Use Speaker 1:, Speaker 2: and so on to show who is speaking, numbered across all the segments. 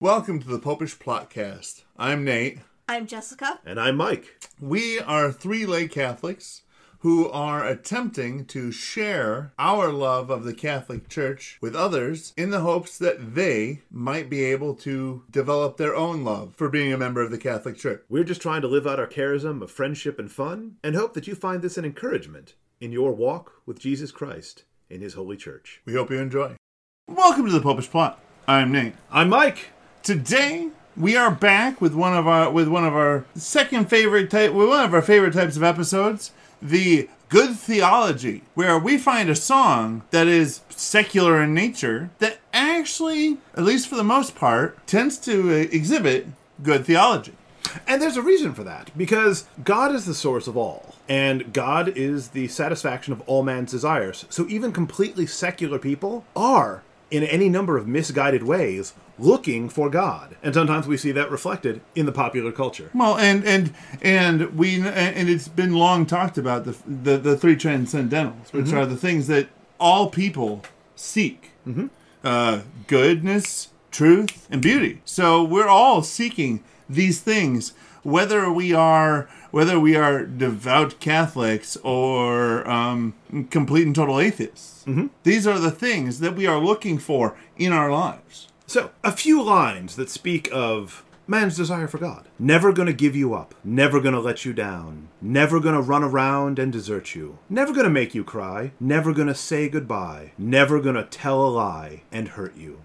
Speaker 1: Welcome to the Popish Plotcast. I'm Nate.
Speaker 2: I'm Jessica.
Speaker 3: And I'm Mike.
Speaker 1: We are three lay Catholics who are attempting to share our love of the Catholic Church with others in the hopes that they might be able to develop their own love for being a member of the Catholic Church.
Speaker 3: We're just trying to live out our charism of friendship and fun and hope that you find this an encouragement in your walk with Jesus Christ in His Holy Church.
Speaker 1: We hope you enjoy. Welcome to the Popish Plot. I'm Nate.
Speaker 3: I'm Mike.
Speaker 1: Today we are back with one of our with one of our second favorite type with one of our favorite types of episodes, the good theology, where we find a song that is secular in nature that actually, at least for the most part, tends to uh, exhibit good theology.
Speaker 3: And there's a reason for that, because God is the source of all, and God is the satisfaction of all man's desires. So even completely secular people are, in any number of misguided ways, looking for God. And sometimes we see that reflected in the popular culture.
Speaker 1: Well, and and and we and it's been long talked about the the, the three transcendentals, which are the things that all people seek: uh, goodness, truth, and beauty. So we're all seeking these things, whether we are whether we are devout Catholics or um, complete and total atheists. These are the things that we are looking for in our lives.
Speaker 3: So, a few lines that speak of man's desire for God. Never gonna give you up. Never gonna let you down. Never gonna run around and desert you. Never gonna make you cry. Never gonna say goodbye. Never gonna tell a lie and hurt you.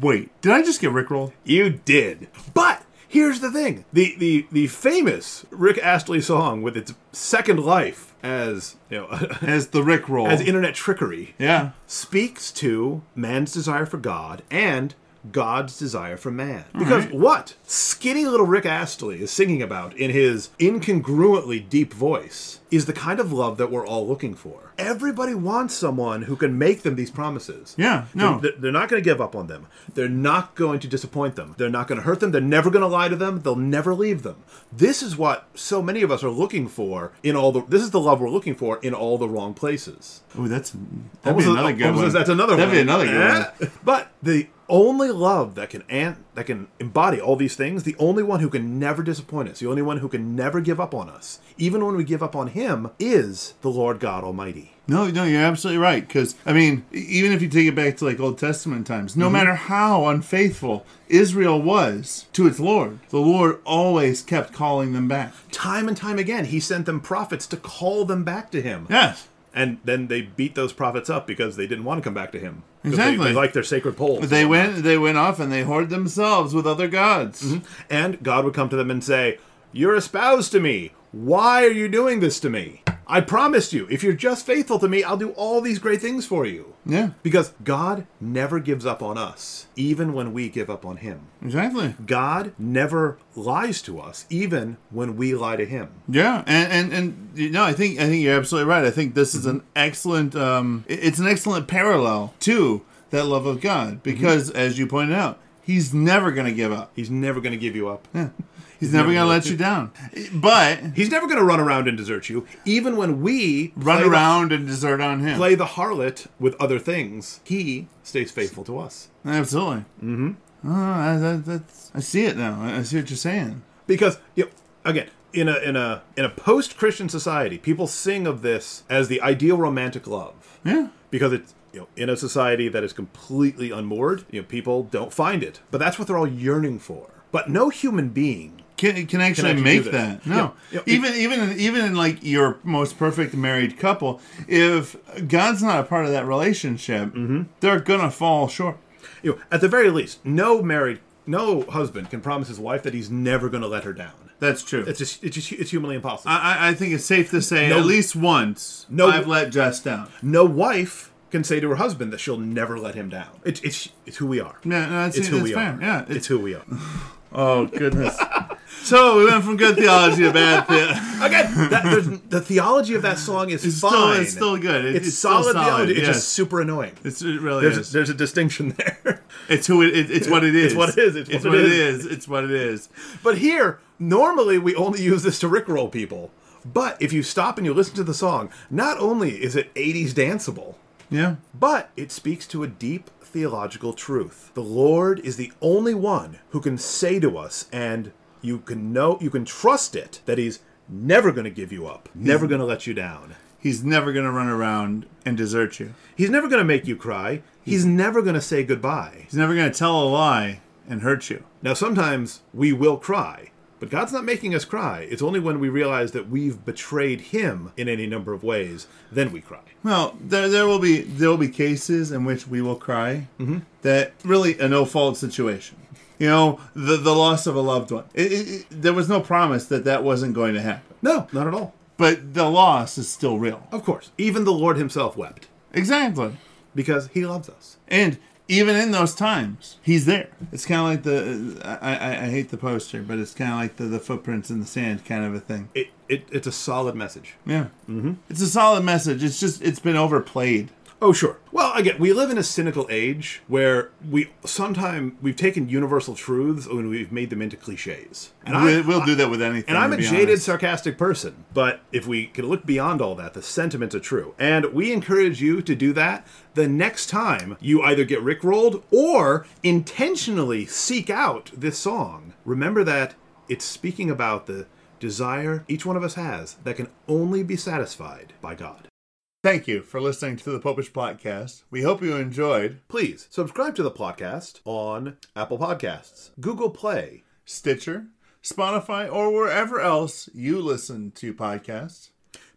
Speaker 1: Wait, did I just get rickrolled?
Speaker 3: You did. But here's the thing: the the the famous Rick Astley song with its second life as you know
Speaker 1: As the rickroll.
Speaker 3: as internet trickery
Speaker 1: yeah.
Speaker 3: speaks to man's desire for God and God's desire for man. Because what skinny little Rick Astley is singing about in his incongruently deep voice is the kind of love that we're all looking for. Everybody wants someone who can make them these promises.
Speaker 1: Yeah, no.
Speaker 3: They're, they're not going to give up on them. They're not going to disappoint them. They're not going to hurt them. They're never going to lie to them. They'll never leave them. This is what so many of us are looking for in all the this is the love we're looking for in all the wrong places.
Speaker 1: Oh, that's that'd
Speaker 3: Almost
Speaker 1: be
Speaker 3: a-
Speaker 1: another good
Speaker 3: almost
Speaker 1: one.
Speaker 3: as- That's another
Speaker 1: That'd
Speaker 3: one.
Speaker 1: be another good
Speaker 3: Eh?
Speaker 1: one.
Speaker 3: But the only love that can an- that can embody all these things, the only one who can never disappoint us, the only one who can never give up on us, even when we give up on him, is the Lord God Almighty.
Speaker 1: No, no, you're absolutely right. Because I mean, e- even if you take it back to like Old Testament times,
Speaker 3: Mm-hmm.
Speaker 1: no matter how unfaithful Israel was to its Lord, the Lord always kept calling them back.
Speaker 3: Time and time again, he sent them prophets to call them back to him.
Speaker 1: Yes,
Speaker 3: And then they beat those prophets up because they didn't want to come back to him. 'Cause They,
Speaker 1: Exactly.
Speaker 3: they like their sacred poles.
Speaker 1: they went. They went off and they whored themselves with other gods.
Speaker 3: Mm-hmm. And God would come to them and say, You're espoused to me. Why are you doing this to me? I promised you, if you're just faithful to me, I'll do all these great things for you.
Speaker 1: Yeah,
Speaker 3: Because God never gives up on us, even when we give up on Him.
Speaker 1: exactly.
Speaker 3: God never lies to us, even when we lie to Him.
Speaker 1: Yeah, and and and you know, I think I think you're absolutely right. I think this is an excellent um, it- it's an excellent parallel to that love of God because, as you pointed out, He's never going to give up.
Speaker 3: He's never going to give you up.
Speaker 1: He's, never, going to let you down. But
Speaker 3: He's never going to run around and desert you, even when we
Speaker 1: run
Speaker 3: play the-
Speaker 1: around and desert on him.
Speaker 3: play the harlot with other things. He stays faithful to us.
Speaker 1: Absolutely. Mm-hmm. Oh, I, that, that's, I see it now. I I see what you're saying.
Speaker 3: because you know, again in a in a in a post-christian society people sing of this as the ideal romantic love
Speaker 1: Yeah.
Speaker 3: because it's you know in a society that is completely unmoored you know people don't find it but that's what they're all yearning for but no human being
Speaker 1: Can, can actually
Speaker 3: actually
Speaker 1: make
Speaker 3: do this.
Speaker 1: that no
Speaker 3: Yeah, yeah.
Speaker 1: even even in, even in like your most perfect married couple if God's not a part of that relationship they're gonna fall short
Speaker 3: you know at the very least no married no husband can promise his wife that he's never going to let her down
Speaker 1: that's true
Speaker 3: it's just it's just it's humanly impossible
Speaker 1: I, I- I think it's safe to say
Speaker 3: No-
Speaker 1: at least once
Speaker 3: No-
Speaker 1: I've let Jess down
Speaker 3: no wife can say to her husband that she'll never let him down it's it's, it's who we are
Speaker 1: yeah no, that's,
Speaker 3: it's who
Speaker 1: that's
Speaker 3: we
Speaker 1: fair
Speaker 3: are
Speaker 1: yeah
Speaker 3: it's, who we are
Speaker 1: oh goodness so we went from good theology to bad theology
Speaker 3: Again, that, there's- the theology of that song is
Speaker 1: It's
Speaker 3: fine.
Speaker 1: still- it's still good. It-
Speaker 3: it's,
Speaker 1: it's still
Speaker 3: solid,
Speaker 1: solid,
Speaker 3: theology. It's
Speaker 1: yes.
Speaker 3: just super annoying.
Speaker 1: It's, it really
Speaker 3: There's,
Speaker 1: is.
Speaker 3: there's a distinction there.
Speaker 1: It's who it, it- it's what it is.
Speaker 3: what it is, it's what it is.
Speaker 1: It's what it is.
Speaker 3: but here, normally we only use this to rickroll people. But if you stop and you listen to the song, not only is it 80s danceable,
Speaker 1: Yeah.
Speaker 3: But it speaks to a deep theological truth. The Lord is the only one who can say to us, and you can know, you can trust it, that He's never going to give you up,
Speaker 1: Mm.
Speaker 3: never going to let you down.
Speaker 1: He's never going to run around and desert you.
Speaker 3: He's never going to make you cry. He's never going to say goodbye.
Speaker 1: He's never going to tell a lie and hurt you.
Speaker 3: Now, sometimes we will cry, but God's not making us cry. It's only when we realize that we've betrayed Him in any number of ways, then we cry.
Speaker 1: Well, there there will be there will be cases in which we will cry
Speaker 3: Mm-hmm.
Speaker 1: that really a no fault situation. You know, the the loss of a loved one. It, it, it- there was no promise that that wasn't going to happen,
Speaker 3: No, not at all.
Speaker 1: but the loss is still real.
Speaker 3: Of course. Even the Lord Himself wept
Speaker 1: Exactly.
Speaker 3: because He loves us.
Speaker 1: And even in those times, he's there. It's kind of like the I, I, I hate the poster, but it's kind of like the, the footprints in the sand kind of a thing.
Speaker 3: It, it, it's a solid message.
Speaker 1: Yeah, mm-hmm. it's a solid message. It's just it's been overplayed.
Speaker 3: Oh, sure. Well, again, we live in a cynical age where we sometimes we've taken universal truths and we've made them into cliches. And
Speaker 1: we,
Speaker 3: I,
Speaker 1: we'll do that with anything.
Speaker 3: and I'm
Speaker 1: to
Speaker 3: a
Speaker 1: be
Speaker 3: jaded,
Speaker 1: honest.
Speaker 3: sarcastic person, but if we can look beyond all that, the sentiments are true. And we encourage you to do that the next time you either get rickrolled or intentionally seek out this song. Remember that it's speaking about the desire each one of us has that can only be satisfied by God.
Speaker 1: Thank you for listening to the Popish Podcast. We hope you enjoyed
Speaker 3: Please subscribe to the podcast on Apple Podcasts, Google Play,
Speaker 1: Stitcher, Spotify, or wherever else you listen to podcasts.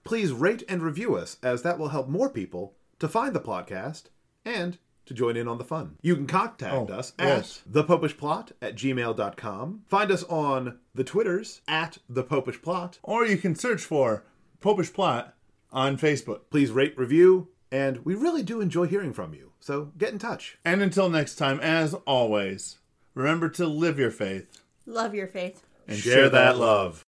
Speaker 3: Please rate and review us, as that will help more people to find the podcast and to join in on the fun. You can contact
Speaker 1: Oh,
Speaker 3: us
Speaker 1: yes.
Speaker 3: at thepopishplot at gmail.com. Find us on the Twitters at thepopishplot.
Speaker 1: Or you can search for Popish Plot on Facebook.
Speaker 3: Please rate, review, and we really do enjoy hearing from you. So get in touch.
Speaker 1: And until next time, as always, remember to live your faith
Speaker 2: Love your faith.
Speaker 1: and
Speaker 3: love.